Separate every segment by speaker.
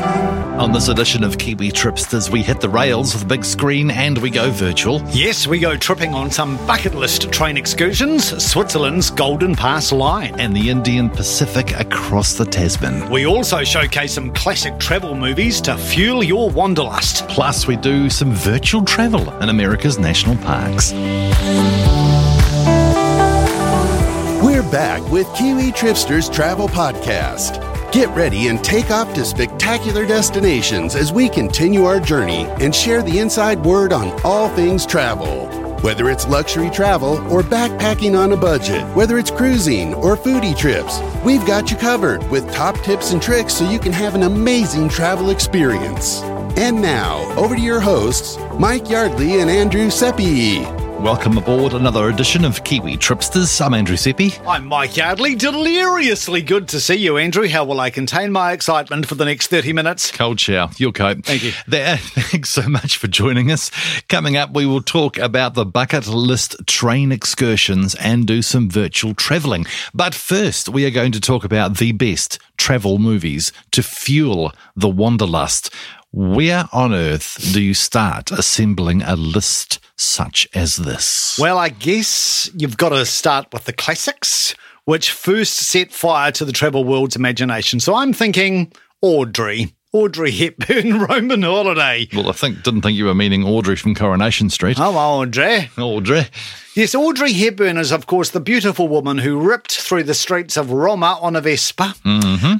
Speaker 1: On this edition of Kiwi Tripsters, we hit the rails with the big screen and we go virtual.
Speaker 2: Yes, we go tripping on some bucket list train excursions, Switzerland's Golden Pass Line.
Speaker 1: And the Indian Pacific across the Tasman.
Speaker 2: We also showcase some classic travel movies to fuel your wanderlust.
Speaker 1: Plus, we do some virtual travel in America's national parks.
Speaker 3: We're back with Kiwi Tripsters Travel Podcast. Get ready and take off to spectacular destinations as we continue our journey and share the inside word on all things travel. Whether it's luxury travel or backpacking on a budget, whether it's cruising or foodie trips, we've got you covered with top tips and tricks so you can have an amazing travel experience. And now, over to your hosts, Mike Yardley and Andrew Seppi.
Speaker 1: Welcome aboard another edition of Kiwi Tripsters. I'm Andrew Seppi.
Speaker 2: I'm Mike Yardley. Deliriously good to see you, Andrew. How will I contain my excitement for the next 30 minutes?
Speaker 1: Cold shower, you'll cope.
Speaker 2: Thank you.
Speaker 1: There, thanks so much for joining us. Coming up, we will talk about the bucket list train excursions and do some virtual travelling. But first, we are going to talk about the best travel movies to fuel the wanderlust. Where on earth do you start assembling a list such as this?
Speaker 2: Well, I guess you've got to start with the classics, which first set fire to the travel world's imagination. So I'm thinking Audrey, Audrey Hepburn, Roman Holiday.
Speaker 1: Well, I think didn't think you were meaning Audrey from Coronation Street.
Speaker 2: Oh, Audrey.
Speaker 1: Audrey.
Speaker 2: Yes, Audrey Hepburn is, of course, the beautiful woman who ripped through the streets of Roma on a Vespa.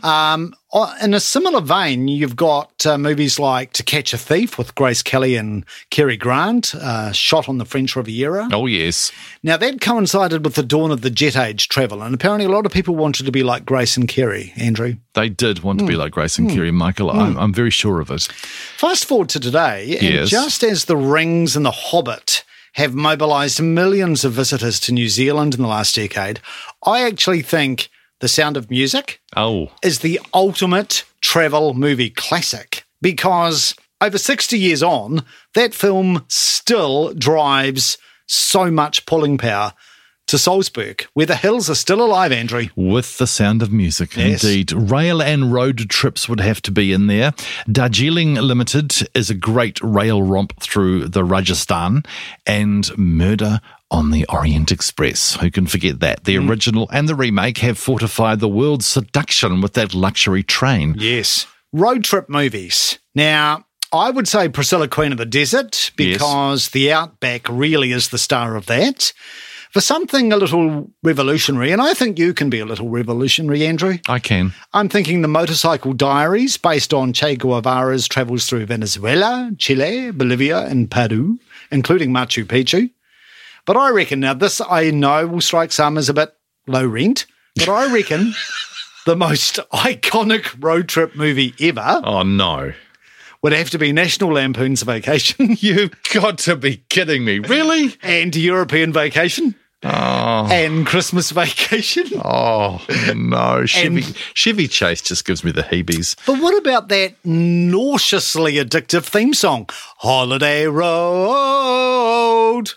Speaker 2: Um, o- in a similar vein, you've got uh, movies like To Catch a Thief with Grace Kelly and Cary Grant, uh, shot on the French Riviera.
Speaker 1: Oh yes.
Speaker 2: Now, that coincided with the dawn of the jet age travel, and apparently a lot of people wanted to be like Grace and Kerry, Andrew.
Speaker 1: They did want to be like Grace and Kerry Michael. I'm, I'm very sure of it.
Speaker 2: Fast forward to today, and
Speaker 1: Yes.
Speaker 2: just as The Rings and The Hobbit have mobilised millions of visitors to New Zealand in the last decade, I actually think The Sound of Music
Speaker 1: Oh,
Speaker 2: is the ultimate travel movie classic because over 60 years on, that film still drives so much pulling power to Salzburg, where the hills are still alive, Andrew.
Speaker 1: with the sound of music,
Speaker 2: Yes.
Speaker 1: indeed. Rail and road trips would have to be in there. Darjeeling Limited is a great rail romp through the Rajasthan, and Murder on the Orient Express. Who can forget that? The original and the remake have fortified the world's seduction with that luxury train.
Speaker 2: Yes. Road trip movies. Now, I would say Priscilla Queen of the Desert because the Outback really is the star of that. For something a little revolutionary, and I think you can be a little revolutionary, Andrew.
Speaker 1: I can.
Speaker 2: I'm thinking the Motorcycle Diaries, based on Che Guevara's travels through Venezuela, Chile, Bolivia, and Peru, including Machu Picchu. But I reckon now this I know will strike some as a bit low rent, but I reckon the most iconic road trip movie ever
Speaker 1: Oh, no.
Speaker 2: would have to be National Lampoon's Vacation
Speaker 1: You've got to be kidding me. Really?
Speaker 2: and European Vacation
Speaker 1: Oh,
Speaker 2: and Christmas Vacation.
Speaker 1: oh no. Chevy, Chevy Chase just gives me the heebies.
Speaker 2: But what about that nauseously addictive theme song? Holiday Road.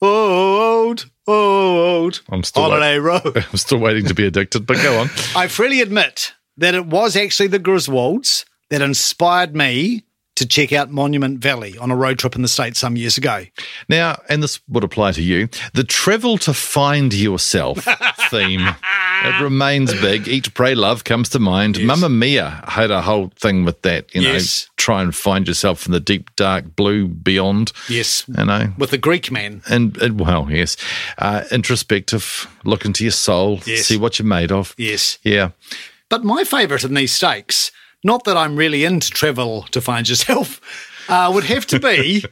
Speaker 2: Road. Road.
Speaker 1: I'm still
Speaker 2: Holiday Road.
Speaker 1: I'm still waiting to be addicted, but go on.
Speaker 2: I freely admit that it was actually the Griswolds that inspired me to check out Monument Valley on a road trip in the States some years ago.
Speaker 1: Now, and this would apply to you the travel to find yourself theme. It remains big. Eat, pray, love comes to mind. Mamma Mia had a whole thing with that, you
Speaker 2: Yes.
Speaker 1: know, try and find yourself in the deep, dark blue beyond,
Speaker 2: Yes.
Speaker 1: you know.
Speaker 2: With the Greek man.
Speaker 1: And, and well, yes, uh, introspective, look into your soul,
Speaker 2: Yes.
Speaker 1: see what you're made of.
Speaker 2: Yes.
Speaker 1: Yeah.
Speaker 2: But my favourite in these stakes, not that I'm really into travel to find yourself, uh, would have to be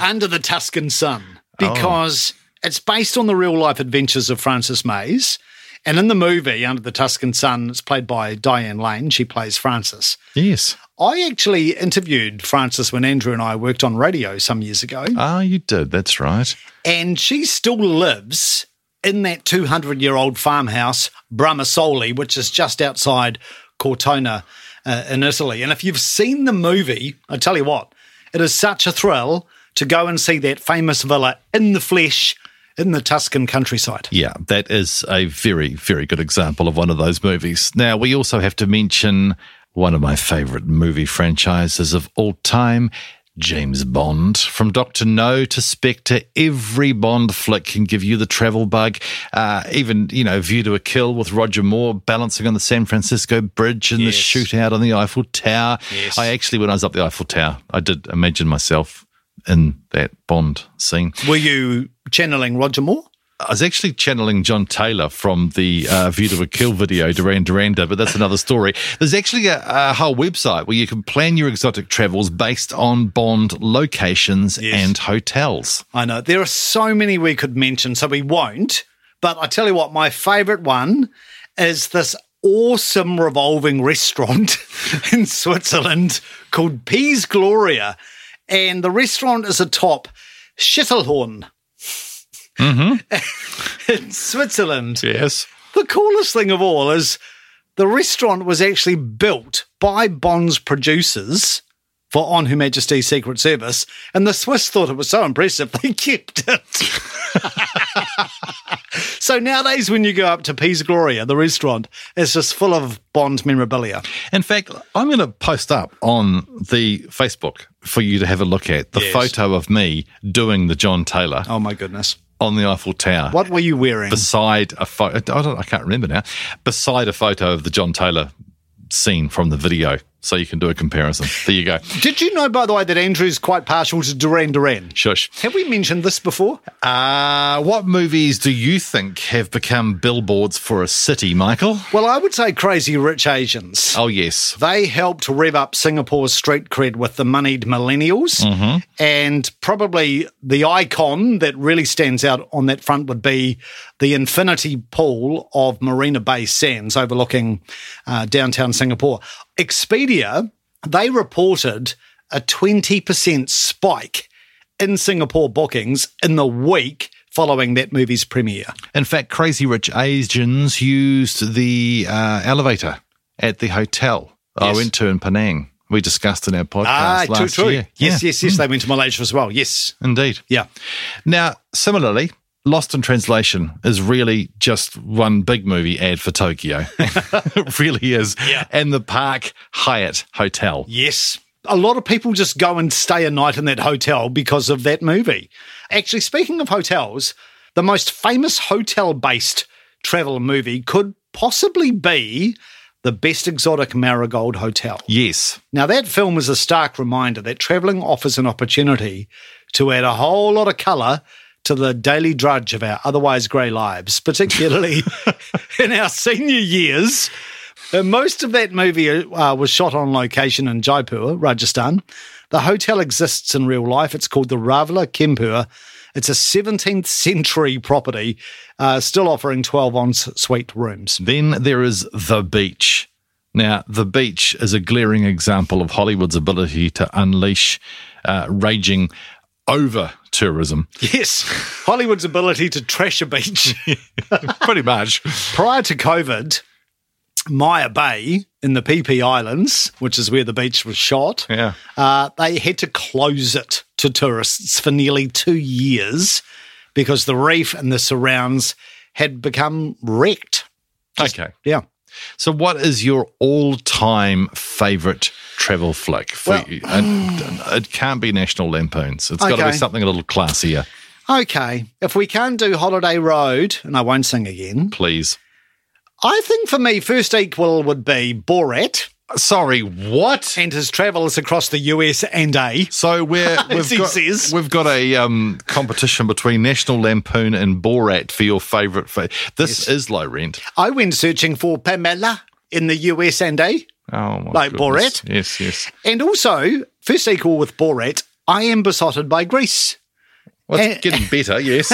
Speaker 2: Under the Tuscan Sun, because it's based on the real life adventures of Frances Mays. And in the movie, Under the Tuscan Sun, it's played by Diane Lane. She plays Frances.
Speaker 1: Yes.
Speaker 2: I actually interviewed Frances when Andrew and I worked on radio some years ago,
Speaker 1: Ah, you did. That's right.
Speaker 2: and she still lives in that 200 year old farmhouse, Bramasoli, which is just outside Cortona uh, in Italy. And if you've seen the movie, I tell you what, it is such a thrill to go and see that famous villa in the flesh in the Tuscan countryside.
Speaker 1: Yeah, that is a very, very good example of one of those movies. Now, we also have to mention one of my favorite movie franchises of all time. James Bond. From Doctor No to Spectre, every Bond flick can give you the travel bug. Uh, even, you know, View to a Kill with Roger Moore balancing on the San Francisco Bridge and
Speaker 2: Yes.
Speaker 1: the shootout on the Eiffel Tower.
Speaker 2: Yes.
Speaker 1: I actually, when I was up the Eiffel Tower, I did imagine myself in that Bond scene.
Speaker 2: Were you channeling Roger Moore?
Speaker 1: I was actually channeling John Taylor from the uh, View to a Kill video, Duran Duranda, but that's another story. There's actually a, a whole website where you can plan your exotic travels based on Bond locations and hotels.
Speaker 2: I know. There are so many we could mention, so we won't. But I tell you what, my favorite one is this awesome revolving restaurant in Switzerland called Peas Gloria. And the restaurant is atop Schittelhorn. in Switzerland.
Speaker 1: Yes.
Speaker 2: The coolest thing of all is the restaurant was actually built by Bond's producers for On Her Majesty's Secret Service, and the Swiss thought it was so impressive they kept it. so nowadays, when you go up to Peas Gloria, the restaurant is just full of Bond memorabilia.
Speaker 1: In fact, I'm going to post up on the Facebook for you to have a look at the
Speaker 2: Yes.
Speaker 1: photo of me doing the John Taylor
Speaker 2: Oh my goodness!
Speaker 1: on the Eiffel Tower.
Speaker 2: What were you wearing?
Speaker 1: beside a photo. I, don't, I can't remember now. Beside a photo of the John Taylor scene from the video, so you can do a comparison. There you go.
Speaker 2: Did you know, by the way, that Andrew's quite partial to Duran Duran?
Speaker 1: Shush.
Speaker 2: Have we mentioned this before?
Speaker 1: Uh, what movies do you think have become billboards for a city, Michael?
Speaker 2: Well, I would say Crazy Rich Asians.
Speaker 1: Oh yes,
Speaker 2: They helped rev up Singapore's street cred with the moneyed millennials. And probably the icon that really stands out on that front would be the infinity pool of Marina Bay Sands overlooking uh, downtown Singapore. Expedia, they reported a 20% spike in Singapore bookings in the week following that movie's premiere.
Speaker 1: In fact, Crazy Rich Asians used the uh, elevator at the hotel I
Speaker 2: Yes.
Speaker 1: went to in Penang. We discussed in our podcast
Speaker 2: Ah,
Speaker 1: last
Speaker 2: too true.
Speaker 1: year.
Speaker 2: Yes,
Speaker 1: Yeah,
Speaker 2: yes, yes. They went to Malaysia as well. Yes.
Speaker 1: indeed.
Speaker 2: Yeah.
Speaker 1: Now, similarly, Lost in Translation is really just one big movie ad for Tokyo. it really is.
Speaker 2: Yeah.
Speaker 1: And the Park Hyatt Hotel.
Speaker 2: Yes. A lot of people just go and stay a night in that hotel because of that movie. Actually, speaking of hotels, the most famous hotel based travel movie could possibly be The Best Exotic Marigold Hotel.
Speaker 1: Yes.
Speaker 2: Now, that film is a stark reminder that traveling offers an opportunity to add a whole lot of colour to the daily drudge of our otherwise grey lives, particularly in our senior years. Uh, most of that movie uh, was shot on location in Jaipur, Rajasthan. The hotel exists in real life. It's called the Ravla Kempur. It's a 17th century property, uh, still offering 12 ensuite rooms.
Speaker 1: Then there is The Beach. Now, The Beach is a glaring example of Hollywood's ability to unleash uh, raging over tourism.
Speaker 2: Yes, Hollywood's ability to trash a beach.
Speaker 1: Pretty much.
Speaker 2: prior to COVID, Maya Bay in the PP Islands, which is where the beach was shot,
Speaker 1: Yeah.
Speaker 2: uh, they had to close it to tourists for nearly two years because the reef and the surrounds had become wrecked.
Speaker 1: Okay.
Speaker 2: Yeah.
Speaker 1: So, what is your all-time favorite travel flick? For
Speaker 2: Well-
Speaker 1: you? And, and it can't be National Lampoons. It's got to
Speaker 2: Okay.
Speaker 1: be something a little classier,
Speaker 2: Okay, if we can't do Holiday Road, and I won't sing again,
Speaker 1: please.
Speaker 2: I think for me, first equal would be Borat
Speaker 1: Sorry, what?
Speaker 2: and his travels across the US and A.
Speaker 1: So we're we've
Speaker 2: he
Speaker 1: got
Speaker 2: says.
Speaker 1: we've got a um, competition between National Lampoon and Borat for your favorite. Fa- this is low rent.
Speaker 2: I went searching for Pamela in the US and A.
Speaker 1: Oh, my
Speaker 2: Like
Speaker 1: goodness.
Speaker 2: Borat?
Speaker 1: Yes, yes.
Speaker 2: And also, first equal with Borat, I am besotted by Greece
Speaker 1: Well,
Speaker 2: Eh.
Speaker 1: it's getting better. Yes,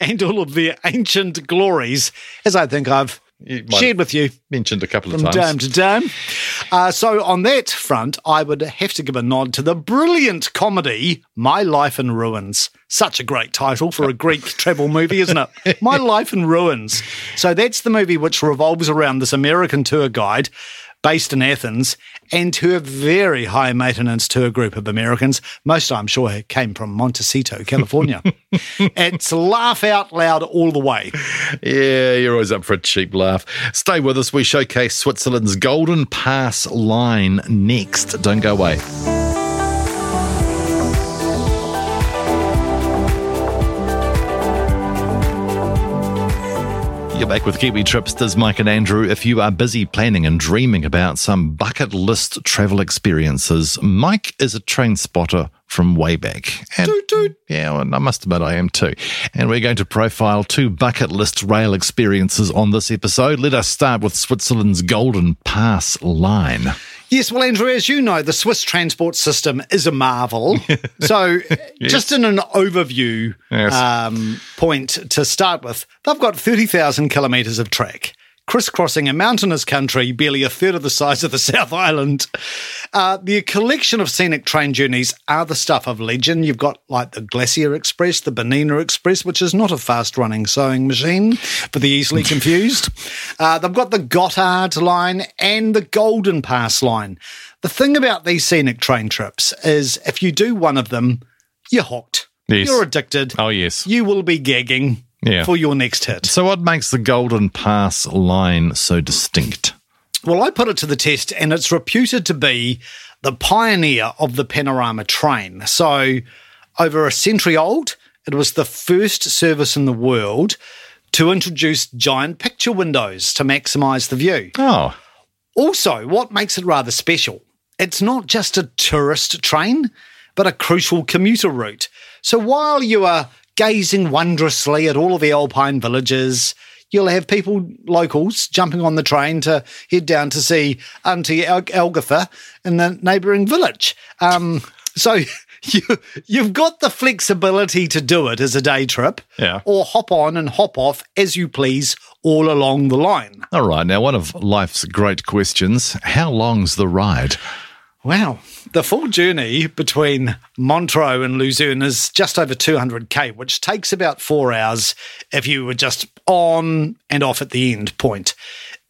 Speaker 2: and all of their ancient glories, as I think I've
Speaker 1: You might
Speaker 2: shared with you
Speaker 1: mentioned a couple of
Speaker 2: from
Speaker 1: times.
Speaker 2: time to time. Uh, so, on that front, I would have to give a nod to the brilliant comedy My Life in Ruins, Such a great title for a Greek travel movie, isn't it? My Life in Ruins. So that's the movie which revolves around this American tour guide based in Athens and her very high maintenance tour group of Americans. Most, I'm sure, came from Montecito, California. it's laugh out loud all the way.
Speaker 1: Yeah, you're always up for a cheap laugh. Stay with us. We showcase Switzerland's Golden Pass line next. Don't go away. You're back with Kiwi Tripsters, Mike and Andrew. If you are busy planning and dreaming about some bucket list travel experiences, Mike is a train spotter from way back. And yeah, well, I must admit I am too. And we're going to profile two bucket list rail experiences on this episode. Let us start with Switzerland's Golden Pass line.
Speaker 2: Yes, well, Andrew, as you know, the Swiss transport system is a marvel. so, just in an overview
Speaker 1: Yes.
Speaker 2: um, point to start with, they've got 30,000 kilometres of track, crisscrossing a mountainous country barely a third of the size of the South Island. Uh, the collection of scenic train journeys are the stuff of legend. You've got like the Glacier Express, the Benina Express, which is not a fast running sewing machine for the easily confused. Uh, they've got the Gotthard line and the Golden Pass line. The thing about these scenic train trips is if you do one of them, you're hooked.
Speaker 1: Yes.
Speaker 2: You're addicted.
Speaker 1: Oh, yes.
Speaker 2: You will be gagging
Speaker 1: Yeah.
Speaker 2: for your next hit.
Speaker 1: So, what makes the Golden Pass line so distinct?
Speaker 2: Well, I put it to the test, and it's reputed to be the pioneer of the panorama train. So, over a century old, it was the first service in the world to introduce giant picture windows to maximize the view.
Speaker 1: Oh,
Speaker 2: Also, what makes it rather special? It's not just a tourist train, but a crucial commuter route. So while you are gazing wondrously at all of the alpine villages, you'll have people, locals, jumping on the train to head down to see Auntie El- Elgatha in the neighbouring village. Um, so you, you've got the flexibility to do it as a day trip,
Speaker 1: Yeah.
Speaker 2: or hop on and hop off as you please all along the line.
Speaker 1: all right. Now, one of life's great questions how long's the ride?
Speaker 2: Wow. The full journey between Montreux and Luzerne is just over 200k, which takes about four hours if you were just on and off at the end point.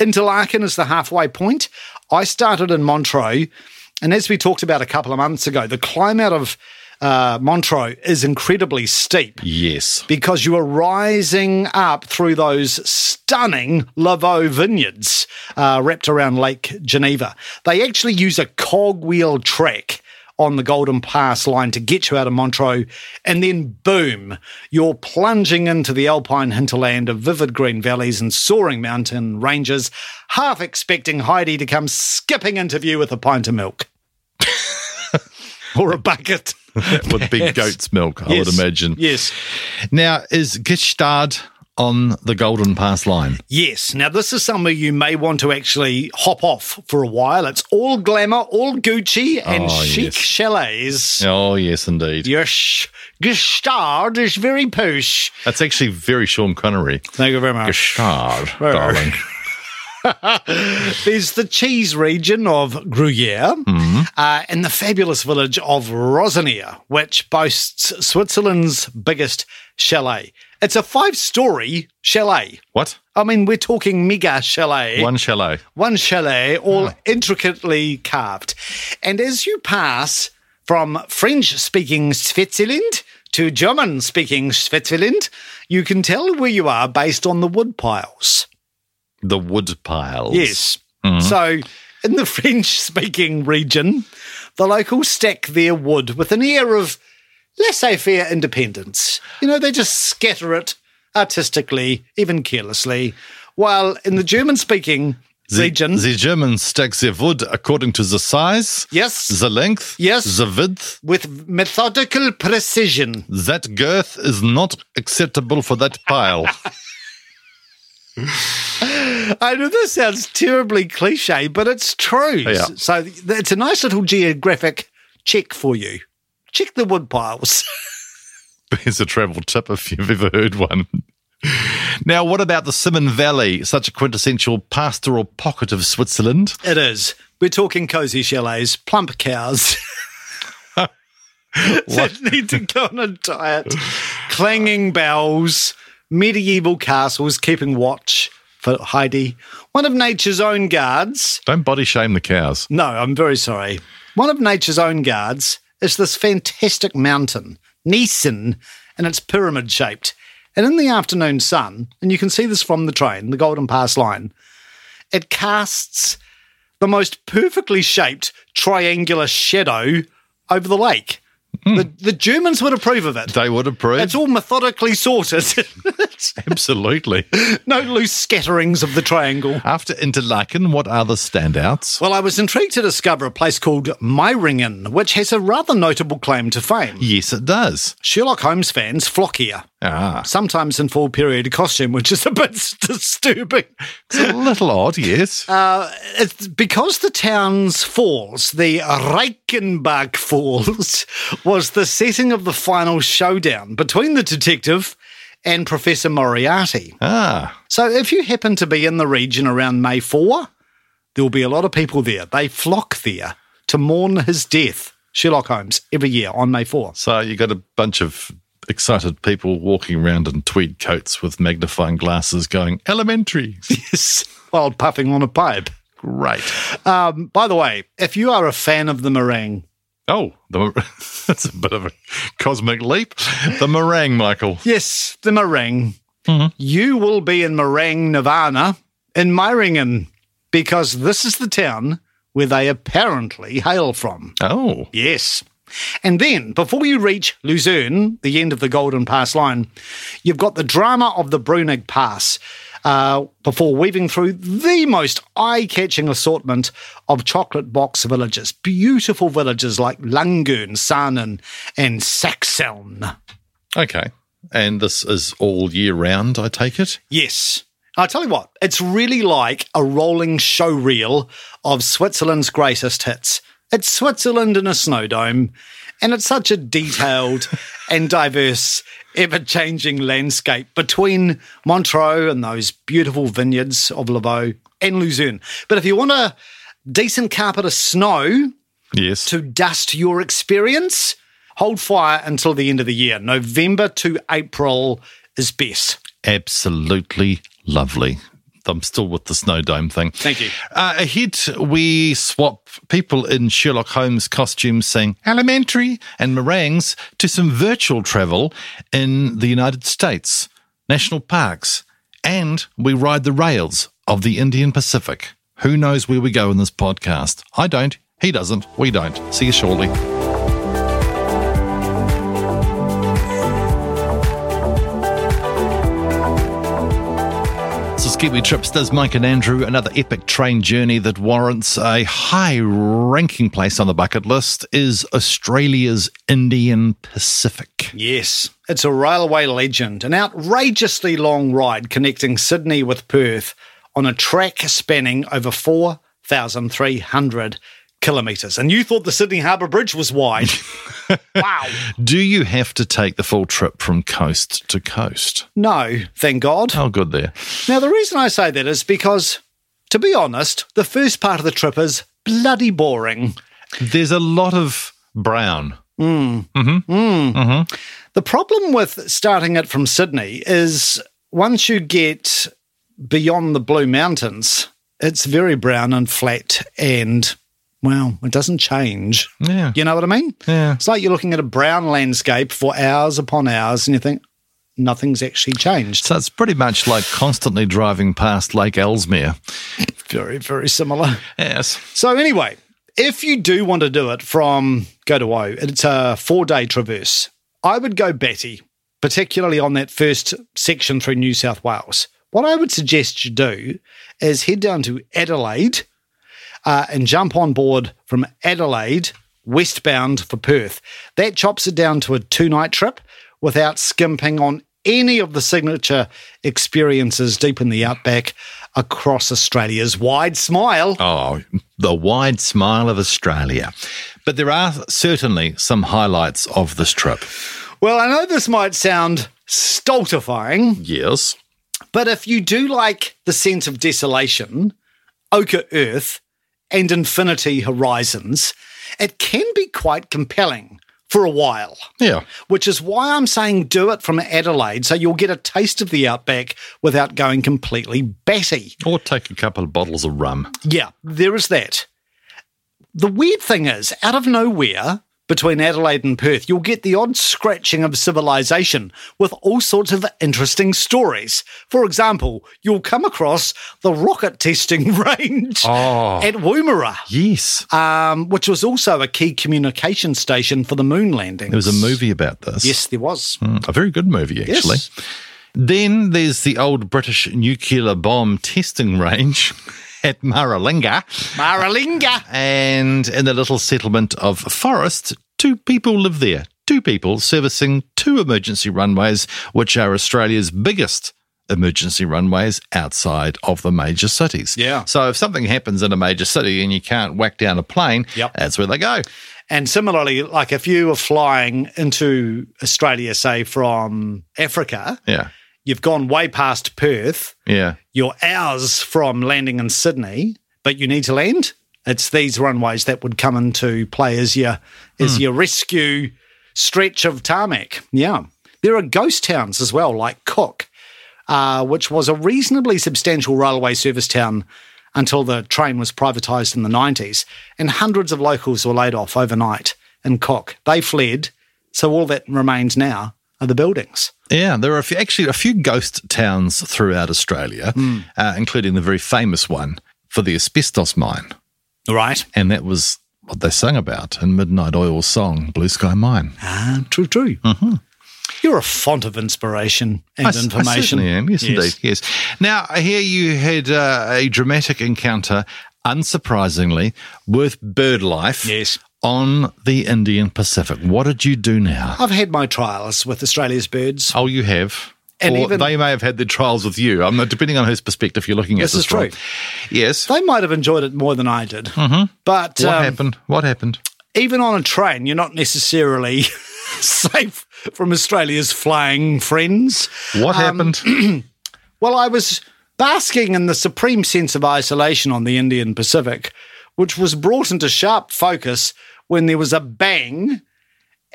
Speaker 2: Interlaken is the halfway point. I started in Montreux, and as we talked about a couple of months ago, the climb out of uh, Montreux is incredibly steep
Speaker 1: Yes.
Speaker 2: because you are rising up through those stunning Laveau vineyards uh, wrapped around Lake Geneva. They actually use a cogwheel track on the Golden Pass line to get you out of Montreux, and then boom, you're plunging into the alpine hinterland of vivid green valleys and soaring mountain ranges, half expecting Heidi to come skipping into view with a pint of milk. or a bucket.
Speaker 1: With big goat's milk, I would
Speaker 2: Yes.
Speaker 1: imagine.
Speaker 2: Yes.
Speaker 1: Now, is Gestad on the Golden Pass line?
Speaker 2: Yes. Now, this is somewhere you may want to actually hop off for a while. It's all glamour, all Gucci, and
Speaker 1: Oh,
Speaker 2: chic
Speaker 1: yes.
Speaker 2: chalets.
Speaker 1: Oh, yes, indeed.
Speaker 2: Yes. Gestard is very posh.
Speaker 1: That's actually very Sean Connery.
Speaker 2: Thank you very much.
Speaker 1: Gestad, darling.
Speaker 2: There's the cheese region of Gruyere uh, and the fabulous village of Rosenier, which boasts Switzerland's biggest chalet. It's a five story chalet.
Speaker 1: What?
Speaker 2: I mean, we're talking mega chalet.
Speaker 1: One chalet.
Speaker 2: one chalet, all intricately carved. And as you pass from French speaking Switzerland to German speaking Switzerland, you can tell where you are based on the wood piles.
Speaker 1: The wood piles.
Speaker 2: Yes. So in the French speaking region, the locals stack their wood with an air of laissez faire independence. You know, they just scatter it artistically, even carelessly. While in the German speaking
Speaker 1: The,
Speaker 2: region,
Speaker 1: the German stack their wood according to the size,
Speaker 2: yes.
Speaker 1: the length,
Speaker 2: Yes.
Speaker 1: the width.
Speaker 2: with methodical precision.
Speaker 1: That girth is not acceptable for that pile.
Speaker 2: I know this sounds terribly cliche, but it's true.
Speaker 1: Yeah.
Speaker 2: So th- it's a nice little geographic check for you. Check the wood piles.
Speaker 1: There's a travel tip if you've ever heard one. Now, what about the Simon Valley, such a quintessential pastoral pocket of Switzerland?
Speaker 2: It is. We're talking cozy chalets, plump cows, that need to go on a diet. Clanging bells, medieval castles keeping watch for Heidi, one of nature's own guards.
Speaker 1: Don't body shame the cows.
Speaker 2: No, I'm very sorry. One of nature's own guards is this fantastic mountain, Neeson, and it's pyramid shaped. And in the afternoon sun, and you can see this from the train, the Golden Pass line, it casts the most perfectly shaped triangular shadow over the lake. The, the Germans would approve of it.
Speaker 1: They would approve.
Speaker 2: It's all methodically sorted.
Speaker 1: Absolutely.
Speaker 2: no loose scatterings of the triangle.
Speaker 1: After Interlaken, what are the standouts?
Speaker 2: Well, I was intrigued to discover a place called Meiringen, which has a rather notable claim to fame.
Speaker 1: Yes, it does.
Speaker 2: Sherlock Holmes fans flock here,
Speaker 1: Ah,
Speaker 2: sometimes in full period costume, which is a bit disturbing.
Speaker 1: it's a little odd, yes.
Speaker 2: It's because the town's falls, the Reichenbach Falls, was the setting of the final showdown between the detective and Professor Moriarty.
Speaker 1: ah,
Speaker 2: So if you happen to be in the region around May 4, there will be a lot of people there. They flock there to mourn his death, Sherlock Holmes, every year on May 4.
Speaker 1: so you got a bunch of excited people walking around in tweed coats with magnifying glasses going, elementary.
Speaker 2: Yes. While puffing on a pipe.
Speaker 1: Great.
Speaker 2: Um, by the way, if you are a fan of the meringue,
Speaker 1: Oh, the, that's a bit of a cosmic leap. The meringue, Michael.
Speaker 2: yes, the meringue, you will be in Meringue Nirvana in Meiringen because this is the town where they apparently hail from.
Speaker 1: Oh,
Speaker 2: Yes. And then, before you reach Luzerne, the end of the Golden Pass line, you've got the drama of the Brunig Pass uh, before weaving through the most eye catching assortment of chocolate box villages. Beautiful villages like Langern, Sarnen, and Saxeln.
Speaker 1: okay. And this is all year round, I take it?
Speaker 2: Yes. I'll tell you what, it's really like a rolling showreel of Switzerland's greatest hits. It's Switzerland in a snow dome, and it's such a detailed and diverse, ever changing landscape between Montreux and those beautiful vineyards of Laveau and Luzerne. But if you want a decent carpet of snow,
Speaker 1: Yes.
Speaker 2: to dust your experience, hold fire until the end of the year. November to April is best.
Speaker 1: Absolutely lovely. I'm still with the snow dome thing.
Speaker 2: Thank you.
Speaker 1: Uh, ahead, we swap people in Sherlock Holmes costumes saying elementary and meringues to some virtual travel in the United States, national parks, and we ride the rails of the Indian Pacific. Who knows where we go in this podcast? I don't. He doesn't. We don't. See you shortly. This is Kiwi Tripsters, Mike and Andrew, another epic train journey that warrants a high ranking place on the bucket list is Australia's Indian Pacific.
Speaker 2: Yes, it's a railway legend, an outrageously long ride connecting Sydney with Perth on a track spanning over 4,300 kilometres. And you thought the Sydney Harbour Bridge was wide. wow.
Speaker 1: Do you have to take the full trip from coast to coast?
Speaker 2: No, thank God.
Speaker 1: How Oh, good there.
Speaker 2: Now, the reason I say that is because, to be honest, the first part of the trip is bloody boring.
Speaker 1: There's a lot of brown.
Speaker 2: The problem with starting it from Sydney is once you get beyond the Blue Mountains, it's very brown and flat and, well, it doesn't change.
Speaker 1: Yeah.
Speaker 2: You know what I mean?
Speaker 1: Yeah.
Speaker 2: It's like you're looking at a brown landscape for hours upon hours and you think, nothing's actually changed.
Speaker 1: So it's pretty much like constantly driving past Lake Ellesmere.
Speaker 2: Very, very similar.
Speaker 1: Yes.
Speaker 2: So anyway, if you do want to do it from go to O, it's a four day traverse. I would go Betty, particularly on that first section through New South Wales. What I would suggest you do is head down to Adelaide uh, and jump on board from Adelaide westbound for Perth. That chops it down to a two night trip without skimping on any of the signature experiences deep in the outback across Australia's wide smile.
Speaker 1: Oh, the wide smile of Australia. But there are certainly some highlights of this trip.
Speaker 2: Well, I know this might sound stultifying,
Speaker 1: Yes.
Speaker 2: but if you do like the sense of desolation, ochre earth, and infinity horizons, it can be quite compelling for a while,
Speaker 1: Yeah.
Speaker 2: which is why I'm saying do it from Adelaide so you'll get a taste of the outback without going completely batty.
Speaker 1: Or take a couple of bottles of rum.
Speaker 2: Yeah, there is that. The weird thing is, out of nowhere, between Adelaide and Perth, you'll get the odd scratching of civilization with all sorts of interesting stories. For example, you'll come across the rocket testing range
Speaker 1: Oh.
Speaker 2: at Woomera,
Speaker 1: Yes.
Speaker 2: um, which was also a key communication station for the moon landing.
Speaker 1: There was a movie about this.
Speaker 2: Yes, there was.
Speaker 1: Mm, A very good movie, actually.
Speaker 2: Yes.
Speaker 1: Then there's the old British nuclear bomb testing range at Maralinga
Speaker 2: Maralinga.
Speaker 1: and in the little settlement of Forest. Two people live there, two people servicing two emergency runways, which are Australia's biggest emergency runways outside of the major cities.
Speaker 2: Yeah.
Speaker 1: So if something happens in a major city and you can't whack down a plane,
Speaker 2: Yep.
Speaker 1: that's where they go.
Speaker 2: And similarly, like if you were flying into Australia, say from Africa,
Speaker 1: Yeah.
Speaker 2: you've gone way past Perth,
Speaker 1: Yeah.
Speaker 2: you're hours from landing in Sydney, but you need to land. It's these runways that would come into play as your as your rescue stretch of tarmac. Yeah. There are ghost towns as well, like Cook, uh, which was a reasonably substantial railway service town until the train was privatised in the 90s, and hundreds of locals were laid off overnight in Cook. They fled, so all that remains now are the buildings.
Speaker 1: Yeah, there are a few, actually a few ghost towns throughout Australia,
Speaker 2: Hmm.
Speaker 1: uh, including the very famous one for the asbestos mine.
Speaker 2: Right.
Speaker 1: And that was what they sung about in Midnight Oil's song, Blue Sky Mine.
Speaker 2: Ah, true, true. You're a font of inspiration
Speaker 1: Mm-hmm.
Speaker 2: and
Speaker 1: I s-
Speaker 2: information.
Speaker 1: I certainly am. Yes, indeed. Yes. Now, I hear you had uh, a dramatic encounter, unsurprisingly, with bird life
Speaker 2: Yes.
Speaker 1: on the Indian Pacific. What did you do now?
Speaker 2: I've had my trials with Australia's birds.
Speaker 1: Oh, you have.
Speaker 2: And
Speaker 1: or
Speaker 2: even-
Speaker 1: they may have had their trials with you. I'm not, depending on whose perspective you're looking at.
Speaker 2: This is
Speaker 1: from.
Speaker 2: true.
Speaker 1: Yes.
Speaker 2: They might have enjoyed it more than I did. But
Speaker 1: Mm-hmm. What
Speaker 2: um,
Speaker 1: happened? What happened?
Speaker 2: even on a train, you're not necessarily safe from Australia's flying friends.
Speaker 1: What happened?
Speaker 2: Well, I was basking in the supreme sense of isolation on the Indian Pacific, which was brought into sharp focus when there was a bang.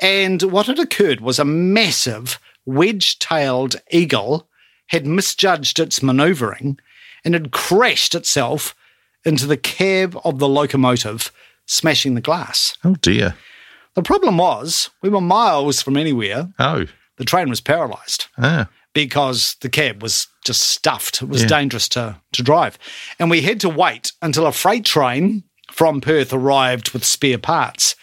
Speaker 2: And what had occurred was a massive wedge tailed eagle had misjudged its maneuvering and had crashed itself into the cab of the locomotive, smashing the glass.
Speaker 1: Oh dear.
Speaker 2: The problem was, we were miles from anywhere.
Speaker 1: Oh.
Speaker 2: The train was paralyzed
Speaker 1: Ah.
Speaker 2: because the cab was just stuffed. It was dangerous to, to drive. And we had to wait until a freight train from Perth arrived with spare parts.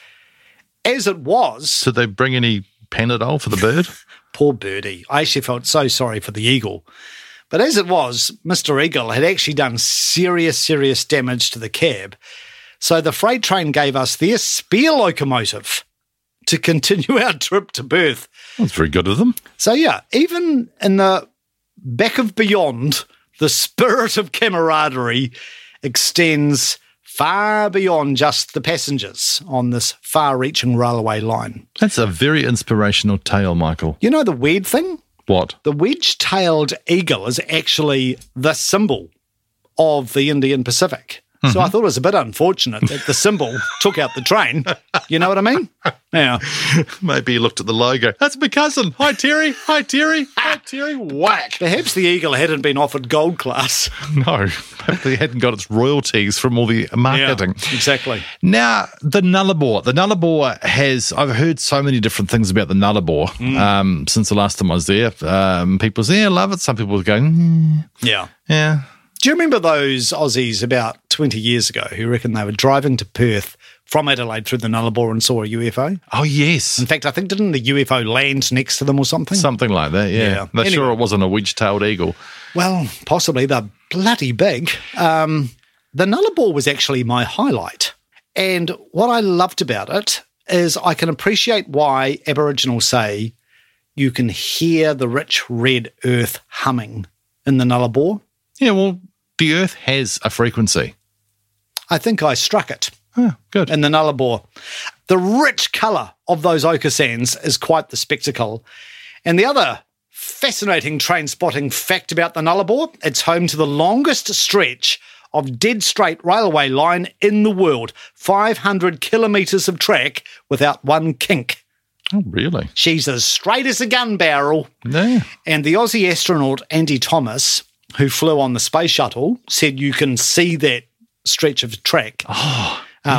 Speaker 2: As it was,
Speaker 1: Did they bring any Panadol for the bird?
Speaker 2: poor birdie, I actually felt so sorry for the eagle. But as it was, Mr. Eagle had actually done serious, serious damage to the cab. So the freight train gave us their spare locomotive to continue our trip to Perth.
Speaker 1: That's very good of them.
Speaker 2: So yeah, even in the back of beyond, the spirit of camaraderie extends far beyond just the passengers on this far-reaching railway line.
Speaker 1: That's a very inspirational tale, Michael.
Speaker 2: You know the weird thing?
Speaker 1: What?
Speaker 2: The wedge-tailed eagle is actually the symbol of the Indian Pacific. So I thought it was a bit unfortunate that the symbol took out the train. You know what I mean? Yeah.
Speaker 1: Maybe you looked at the logo. That's my cousin. Hi Terry. Hi Terry. Hi Terry. Whack.
Speaker 2: Perhaps the eagle hadn't been offered gold class.
Speaker 1: No, they hadn't got its royalties from all the marketing.
Speaker 2: exactly.
Speaker 1: Now, the Nullarbor. The Nullarbor has, I've heard so many different things about the Nullarbor um, since the last time I was there. Um, people say, yeah, love it. Some people go, mm,
Speaker 2: Yeah.
Speaker 1: yeah.
Speaker 2: Do you remember those Aussies about 20 years ago who reckon they were driving to Perth from Adelaide through the Nullarbor and saw a UFO?
Speaker 1: Oh, yes.
Speaker 2: In fact, I think didn't the UFO land next to them or something?
Speaker 1: Something like that, yeah.
Speaker 2: Mm. Yeah.
Speaker 1: They're sure
Speaker 2: Anyway.
Speaker 1: it wasn't a wedge tailed eagle.
Speaker 2: well, possibly. They're bloody big. Um, the Nullarbor was actually my highlight. And what I loved about it is I can appreciate why Aboriginal say you can hear the rich red earth humming in the Nullarbor.
Speaker 1: Yeah, well, the Earth has a frequency.
Speaker 2: I think I struck it.
Speaker 1: Oh, good.
Speaker 2: in the Nullarbor. The rich colour of those ochre sands is quite the spectacle. And the other fascinating train spotting fact about the Nullarbor it's home to the longest stretch of dead straight railway line in the world 500 kilometres of track without one kink.
Speaker 1: Oh, really?
Speaker 2: She's as straight as a gun barrel.
Speaker 1: Yeah.
Speaker 2: And the Aussie astronaut Andy Thomas, who flew on the space shuttle, said you can see that stretch of track uh,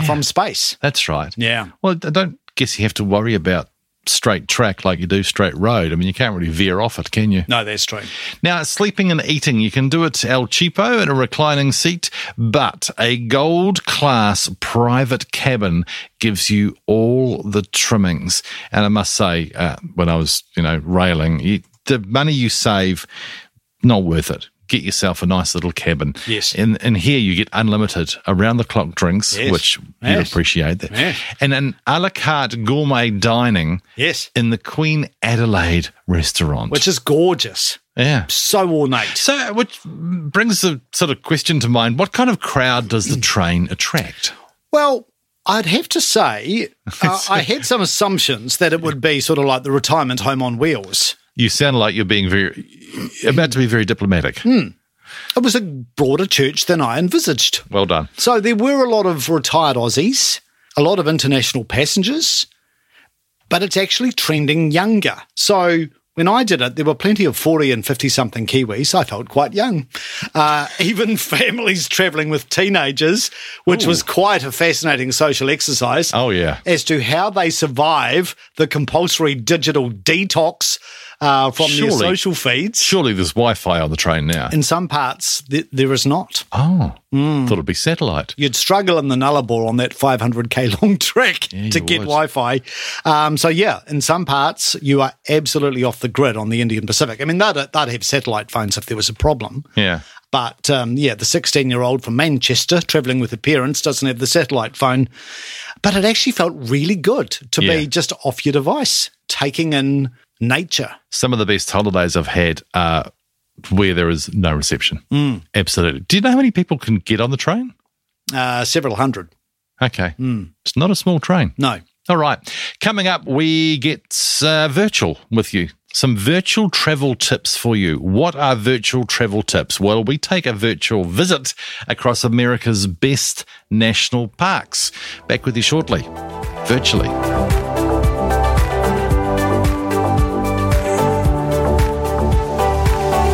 Speaker 2: from space.
Speaker 1: That's right.
Speaker 2: Yeah.
Speaker 1: Well, I don't guess you have to worry about straight track like you do straight road. I mean, you can't really veer off it, can you?
Speaker 2: No, that's true.
Speaker 1: Now, sleeping and eating, you can do it el cheapo in a reclining seat, but a gold class private cabin gives you all the trimmings. And I must say, uh, when I was, you know, railing, you, the money you save, not worth it. Get yourself a nice little cabin.
Speaker 2: Yes.
Speaker 1: And and here you get unlimited around the clock drinks,
Speaker 2: Yes.
Speaker 1: which you
Speaker 2: Yes.
Speaker 1: appreciate that.
Speaker 2: Yeah.
Speaker 1: And an a la carte gourmet dining
Speaker 2: Yes.
Speaker 1: in the Queen Adelaide restaurant.
Speaker 2: Which is gorgeous.
Speaker 1: yeah.
Speaker 2: So ornate.
Speaker 1: So, which brings the sort of question to mind what kind of crowd does the train attract?
Speaker 2: Well, I'd have to say, uh, I had some assumptions that it would be sort of like the retirement home on wheels.
Speaker 1: You sound like you're being very, about to be very diplomatic.
Speaker 2: It was a broader church than I envisaged.
Speaker 1: Well done.
Speaker 2: So there were a lot of retired Aussies, a lot of international passengers, but it's actually trending younger. So when I did it, there were plenty of 40 and 50 something Kiwis. I felt quite young. Uh, even families traveling with teenagers, which was quite a fascinating social exercise
Speaker 1: Oh, yeah.
Speaker 2: as to how they survive the compulsory digital detox uh, from their
Speaker 1: Surely.
Speaker 2: social feeds.
Speaker 1: Surely there's Wi Fi on the train now.
Speaker 2: In some parts, th- there is not.
Speaker 1: Oh, thought it'd be satellite.
Speaker 2: You'd struggle in the Nullarbor on that 500k long trek to
Speaker 1: you
Speaker 2: get
Speaker 1: would.
Speaker 2: Wi-Fi. Um, so yeah, in some parts you are absolutely off the grid on the Indian Pacific. I mean, they'd, they'd have satellite phones if there was a problem,
Speaker 1: Yeah.
Speaker 2: but um, yeah, the 16-year-old from Manchester travelling with her parents doesn't have the satellite phone. But it actually felt really good to
Speaker 1: Yeah.
Speaker 2: be just off your device, taking in nature.
Speaker 1: Some of the best holidays I've had are where there is no reception. Absolutely. Do you know how many people can get on the train?
Speaker 2: Uh, several hundred.
Speaker 1: Okay. It's not a small train.
Speaker 2: No.
Speaker 1: All right. Coming up, we get uh, virtual with you. Some virtual travel tips for you. What are virtual travel tips? Well, we take a virtual visit across America's best national parks. Back with you shortly, virtually.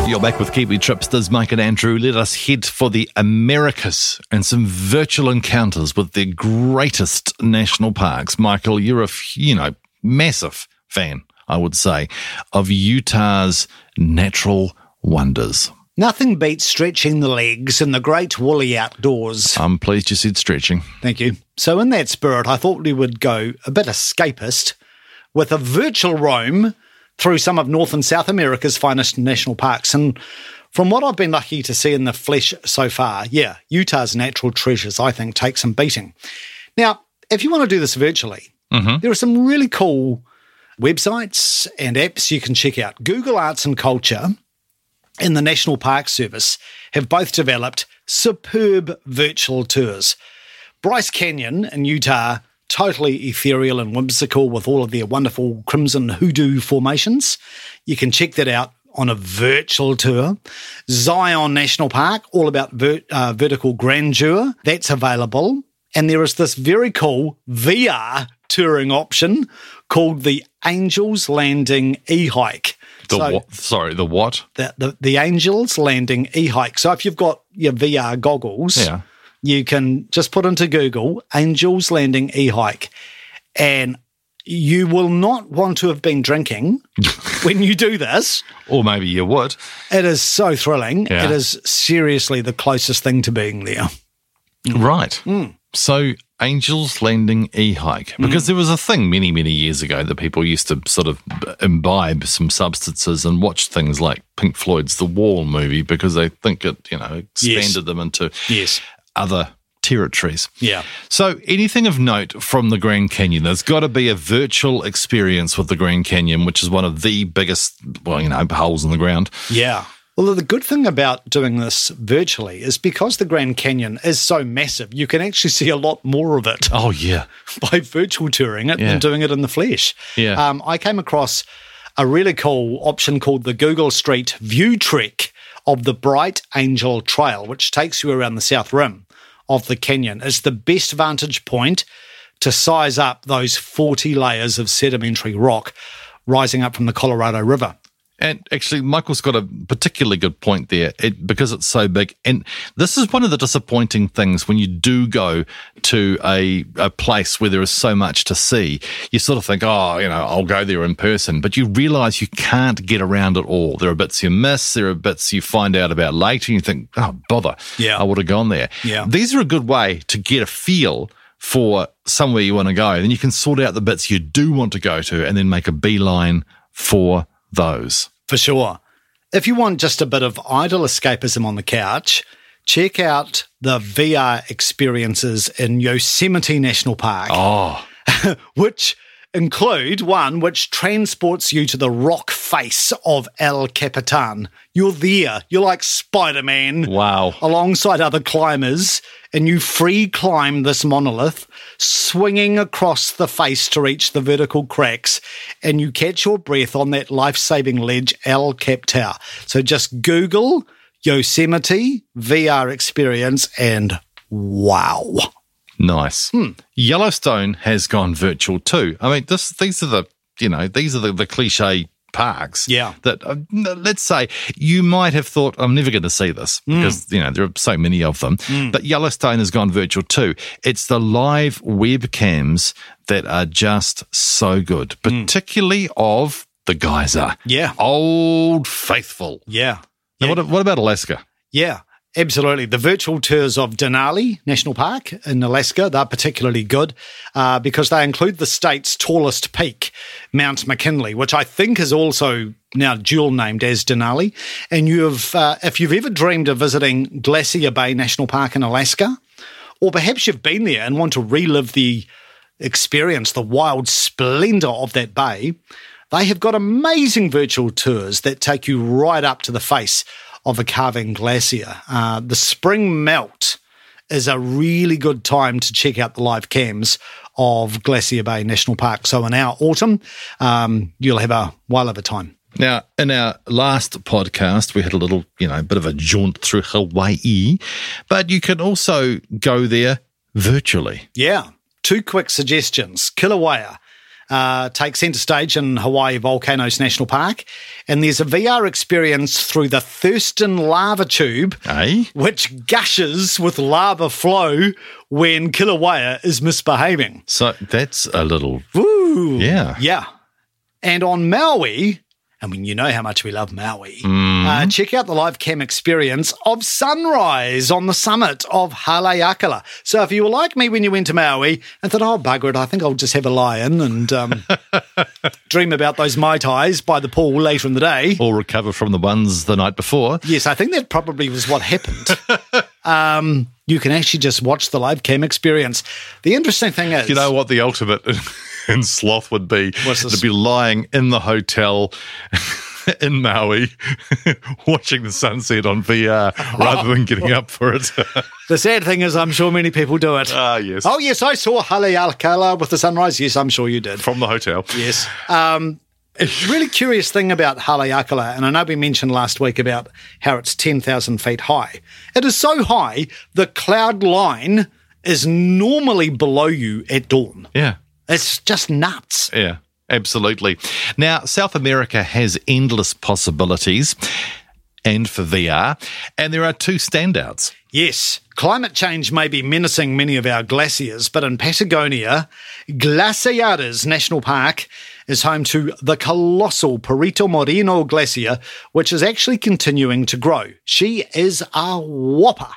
Speaker 1: You're back with Kiwi Tripsters, Mike and Andrew. Let us head for the Americas and some virtual encounters with the greatest national parks. Michael, you're a, f- you know, massive fan, I would say, of Utah's natural wonders.
Speaker 2: Nothing beats stretching the legs in the great woolly outdoors.
Speaker 1: I'm pleased you said stretching.
Speaker 2: Thank you. So, in that spirit, I thought we would go a bit escapist with a virtual roam through some of North and South America's finest national parks. And from what I've been lucky to see in the flesh so far, yeah, Utah's natural treasures, I think, take some beating. Now, if you want to do this virtually, there are some really cool websites and apps you can check out. Google Arts and Culture and the National Park Service have both developed superb virtual tours. Bryce Canyon in Utah, totally ethereal and whimsical with all of their wonderful crimson hoodoo formations. You can check that out on a virtual tour. Zion National Park, all about ver- uh, vertical grandeur, that's available. And there is this very cool VR touring option called the Angels Landing e hike.
Speaker 1: The what? Sorry, the what?
Speaker 2: The, the, the Angels Landing e hike. So if you've got your VR goggles,
Speaker 1: Yeah.
Speaker 2: you can just put into Google Angels Landing e hike, and you will not want to have been drinking when you do this.
Speaker 1: Or maybe you would.
Speaker 2: It is so thrilling.
Speaker 1: Yeah.
Speaker 2: It is seriously the closest thing to being there.
Speaker 1: Right. So, Angel's Landing e hike, because there was a thing many, many years ago that people used to sort of imbibe some substances and watch things like Pink Floyd's The Wall movie because they think it, you know, expanded
Speaker 2: Yes.
Speaker 1: them into
Speaker 2: Yes.
Speaker 1: other territories.
Speaker 2: Yeah.
Speaker 1: So, anything of note from the Grand Canyon? There's got to be a virtual experience with the Grand Canyon, which is one of the biggest, well, you know, holes in the ground.
Speaker 2: Yeah. Well, the good thing about doing this virtually is because the Grand Canyon is so massive, you can actually see a lot more of it.
Speaker 1: Oh, yeah.
Speaker 2: by virtual touring it
Speaker 1: Yeah.
Speaker 2: than doing it in the flesh.
Speaker 1: Yeah.
Speaker 2: Um, I came across a really cool option called the Google Street View Trek of the Bright Angel Trail, which takes you around the south rim of the canyon. It's the best vantage point to size up those 40 layers of sedimentary rock rising up from the Colorado River.
Speaker 1: And actually, Michael's got a particularly good point there it, because it's so big. And this is one of the disappointing things when you do go to a, a place where there is so much to see. You sort of think, oh, you know, I'll go there in person. But you realize you can't get around it all. There are bits you miss, there are bits you find out about later, and you think, oh, bother.
Speaker 2: Yeah.
Speaker 1: I would have gone there.
Speaker 2: Yeah.
Speaker 1: These are a good way to get a feel for somewhere you want to go. Then you can sort out the bits you do want to go to and then make a beeline for those.
Speaker 2: For sure. If you want just a bit of idle escapism on the couch, check out the VR experiences in Yosemite National Park,
Speaker 1: Oh,
Speaker 2: which include one which transports you to the rock face of El Capitan. You're there. You're like Spider Man.
Speaker 1: wow.
Speaker 2: alongside other climbers, and you free climb this monolith, swinging across the face to reach the vertical cracks, and you catch your breath on that life saving ledge, El Cap Tower. So just Google Yosemite VR experience, and wow.
Speaker 1: Nice. Hmm. Yellowstone has gone virtual too. I mean, this these are the you know these are the, the cliche parks.
Speaker 2: Yeah.
Speaker 1: That uh, n- let's say you might have thought I'm never going to see this
Speaker 2: Hmm.
Speaker 1: because you know there are so many of them. But Yellowstone has gone virtual too. It's the live webcams that are just so good,
Speaker 2: Hmm.
Speaker 1: particularly of the geyser.
Speaker 2: Yeah.
Speaker 1: Old faithful.
Speaker 2: Yeah.
Speaker 1: Now, what, what about Alaska?
Speaker 2: Yeah, absolutely. The virtual tours of Denali National Park in Alaska, they're particularly good uh, because they include the state's tallest peak, Mount McKinley, which I think is also now dual named as Denali. And you have, uh, if you've ever dreamed of visiting Glacier Bay National Park in Alaska, or perhaps you've been there and want to relive the experience, the wild splendor of that bay, they have got amazing virtual tours that take you right up to the face of a carving glacier. Uh, the spring melt is a really good time to check out the live cams of Glacier Bay National Park. So in our autumn, um, you'll have a while of a time.
Speaker 1: Now, in our last podcast, we had a little, you know, bit of a jaunt through Hawaii, but you can also go there virtually.
Speaker 2: Yeah. Two quick suggestions. Kilauea uh, takes centre stage in Hawaii Volcanoes National Park, and there's a VR experience through the Thurston Lava Tube,
Speaker 1: Eh?
Speaker 2: which gushes with lava flow when Kilauea is misbehaving.
Speaker 1: So that's a little,
Speaker 2: Ooh.
Speaker 1: yeah.
Speaker 2: Yeah. And on Maui, I mean, you know how much we love Maui. Uh,
Speaker 1: Mm.
Speaker 2: check out the live cam experience of sunrise on the summit of Haleakala. So if you were like me when you went to Maui and thought, oh, bugger it, I think I'll just have a lion and um, dream about those Mai Tais by the pool later in the day.
Speaker 1: Or recover from the ones the night before.
Speaker 2: Yes, I think that probably was what happened. um, you can actually just watch the live cam experience. The interesting thing is,
Speaker 1: You know what the ultimate in sloth would be?
Speaker 2: What's this?
Speaker 1: To be lying in the hotel in Maui watching the sunset on VR rather than getting up for it.
Speaker 2: the sad thing is, I'm sure many people do it.
Speaker 1: ah, yes.
Speaker 2: Oh yes, I saw Haleakala with the sunrise. Yes, I'm sure you did.
Speaker 1: From the hotel.
Speaker 2: Yes. Um, a really curious thing about Haleakala, and I know we mentioned last week about how it's 10,000 feet high. It is so high, the cloud line is normally below you at dawn.
Speaker 1: Yeah.
Speaker 2: It's just nuts.
Speaker 1: Yeah, absolutely. Now, South America has endless possibilities and for VR, and there are two standouts.
Speaker 2: Yes, climate change may be menacing many of our glaciers, but in Patagonia, Glaciares National Park is home to the colossal Perito Moreno Glacier, which is actually continuing to grow. She is a whopper,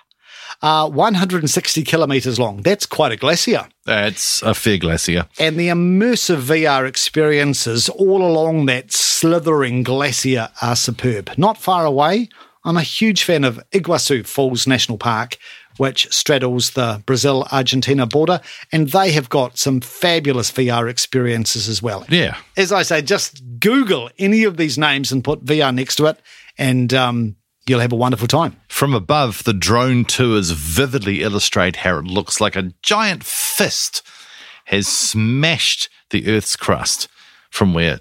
Speaker 2: uh, 160 kilometres long. That's quite a glacier
Speaker 1: That's a fair glacier.
Speaker 2: and the immersive VR experiences all along that slithering glacier are superb. Not far away, I'm a huge fan of Iguazu Falls National Park, which straddles the Brazil Argentina border, and they have got some fabulous VR experiences as well.
Speaker 1: Yeah.
Speaker 2: As I say, just Google any of these names and put VR next to it, and um, you'll have a wonderful time.
Speaker 1: From above, the drone tours vividly illustrate how it looks like a giant fist has smashed the Earth's crust from where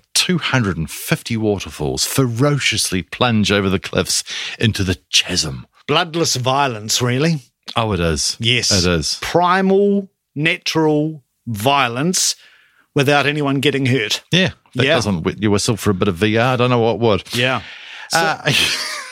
Speaker 1: 250 waterfalls ferociously plunge over the cliffs into the chasm.
Speaker 2: Bloodless violence, really.
Speaker 1: Oh, it is.
Speaker 2: Yes.
Speaker 1: It is.
Speaker 2: Primal, natural violence without anyone getting hurt.
Speaker 1: Yeah. That
Speaker 2: Yeah.
Speaker 1: doesn't you whistle for a bit of VR. I don't know what would.
Speaker 2: Yeah.
Speaker 1: Uh,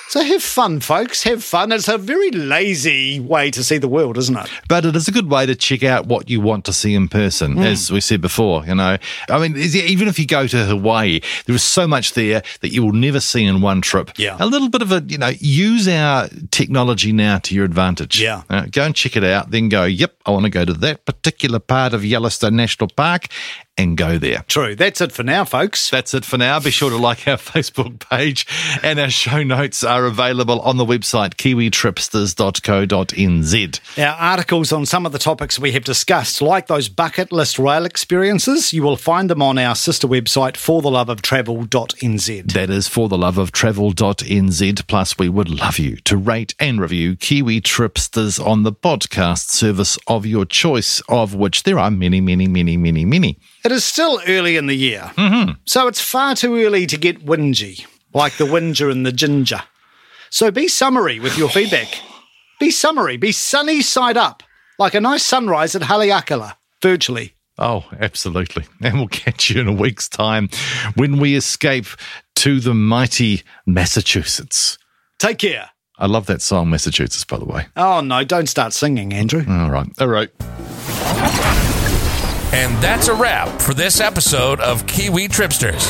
Speaker 2: So have fun, folks. Have fun. It's a very lazy way to see the world, isn't it?
Speaker 1: but it is a good way to check out what you want to see in person,
Speaker 2: Hmm.
Speaker 1: as we said before. You know, I mean, is it- even if you go to Hawaii, there is so much there that you will never see in one trip.
Speaker 2: Yeah.
Speaker 1: a little bit of a you know, use our technology now to your advantage.
Speaker 2: Yeah.
Speaker 1: Uh, go and check it out, then go. Yep, I want to go to that particular part of Yellowstone National Park, and go there.
Speaker 2: True. That's it for now, folks.
Speaker 1: That's it for now. Be sure to like our Facebook page, and our show notes are available on the website kiwitripsters.co.nz.
Speaker 2: Our articles on some of the topics we have discussed, like those bucket list rail experiences, you will find them on our sister website, fortheloveoftravel.nz.
Speaker 1: That is for the love of travel.nz. Plus, we would love you to rate and review Kiwi Tripsters on the podcast service of your choice, of which there are many, many, many, many, many.
Speaker 2: It is still early in the year, so it's far too early to get whingy, like the whinger and the ginger. So be summary with your feedback. Be summary, be sunny side up, like a nice sunrise at Haleakala, virtually.
Speaker 1: Oh, absolutely. And we'll catch you in a week's time when we escape to the mighty Massachusetts.
Speaker 2: Take care.
Speaker 1: I love that song, Massachusetts, by the way.
Speaker 2: Oh no, don't start singing, Andrew.
Speaker 1: All right. All right.
Speaker 4: And that's a wrap for this episode of Kiwi Tripsters.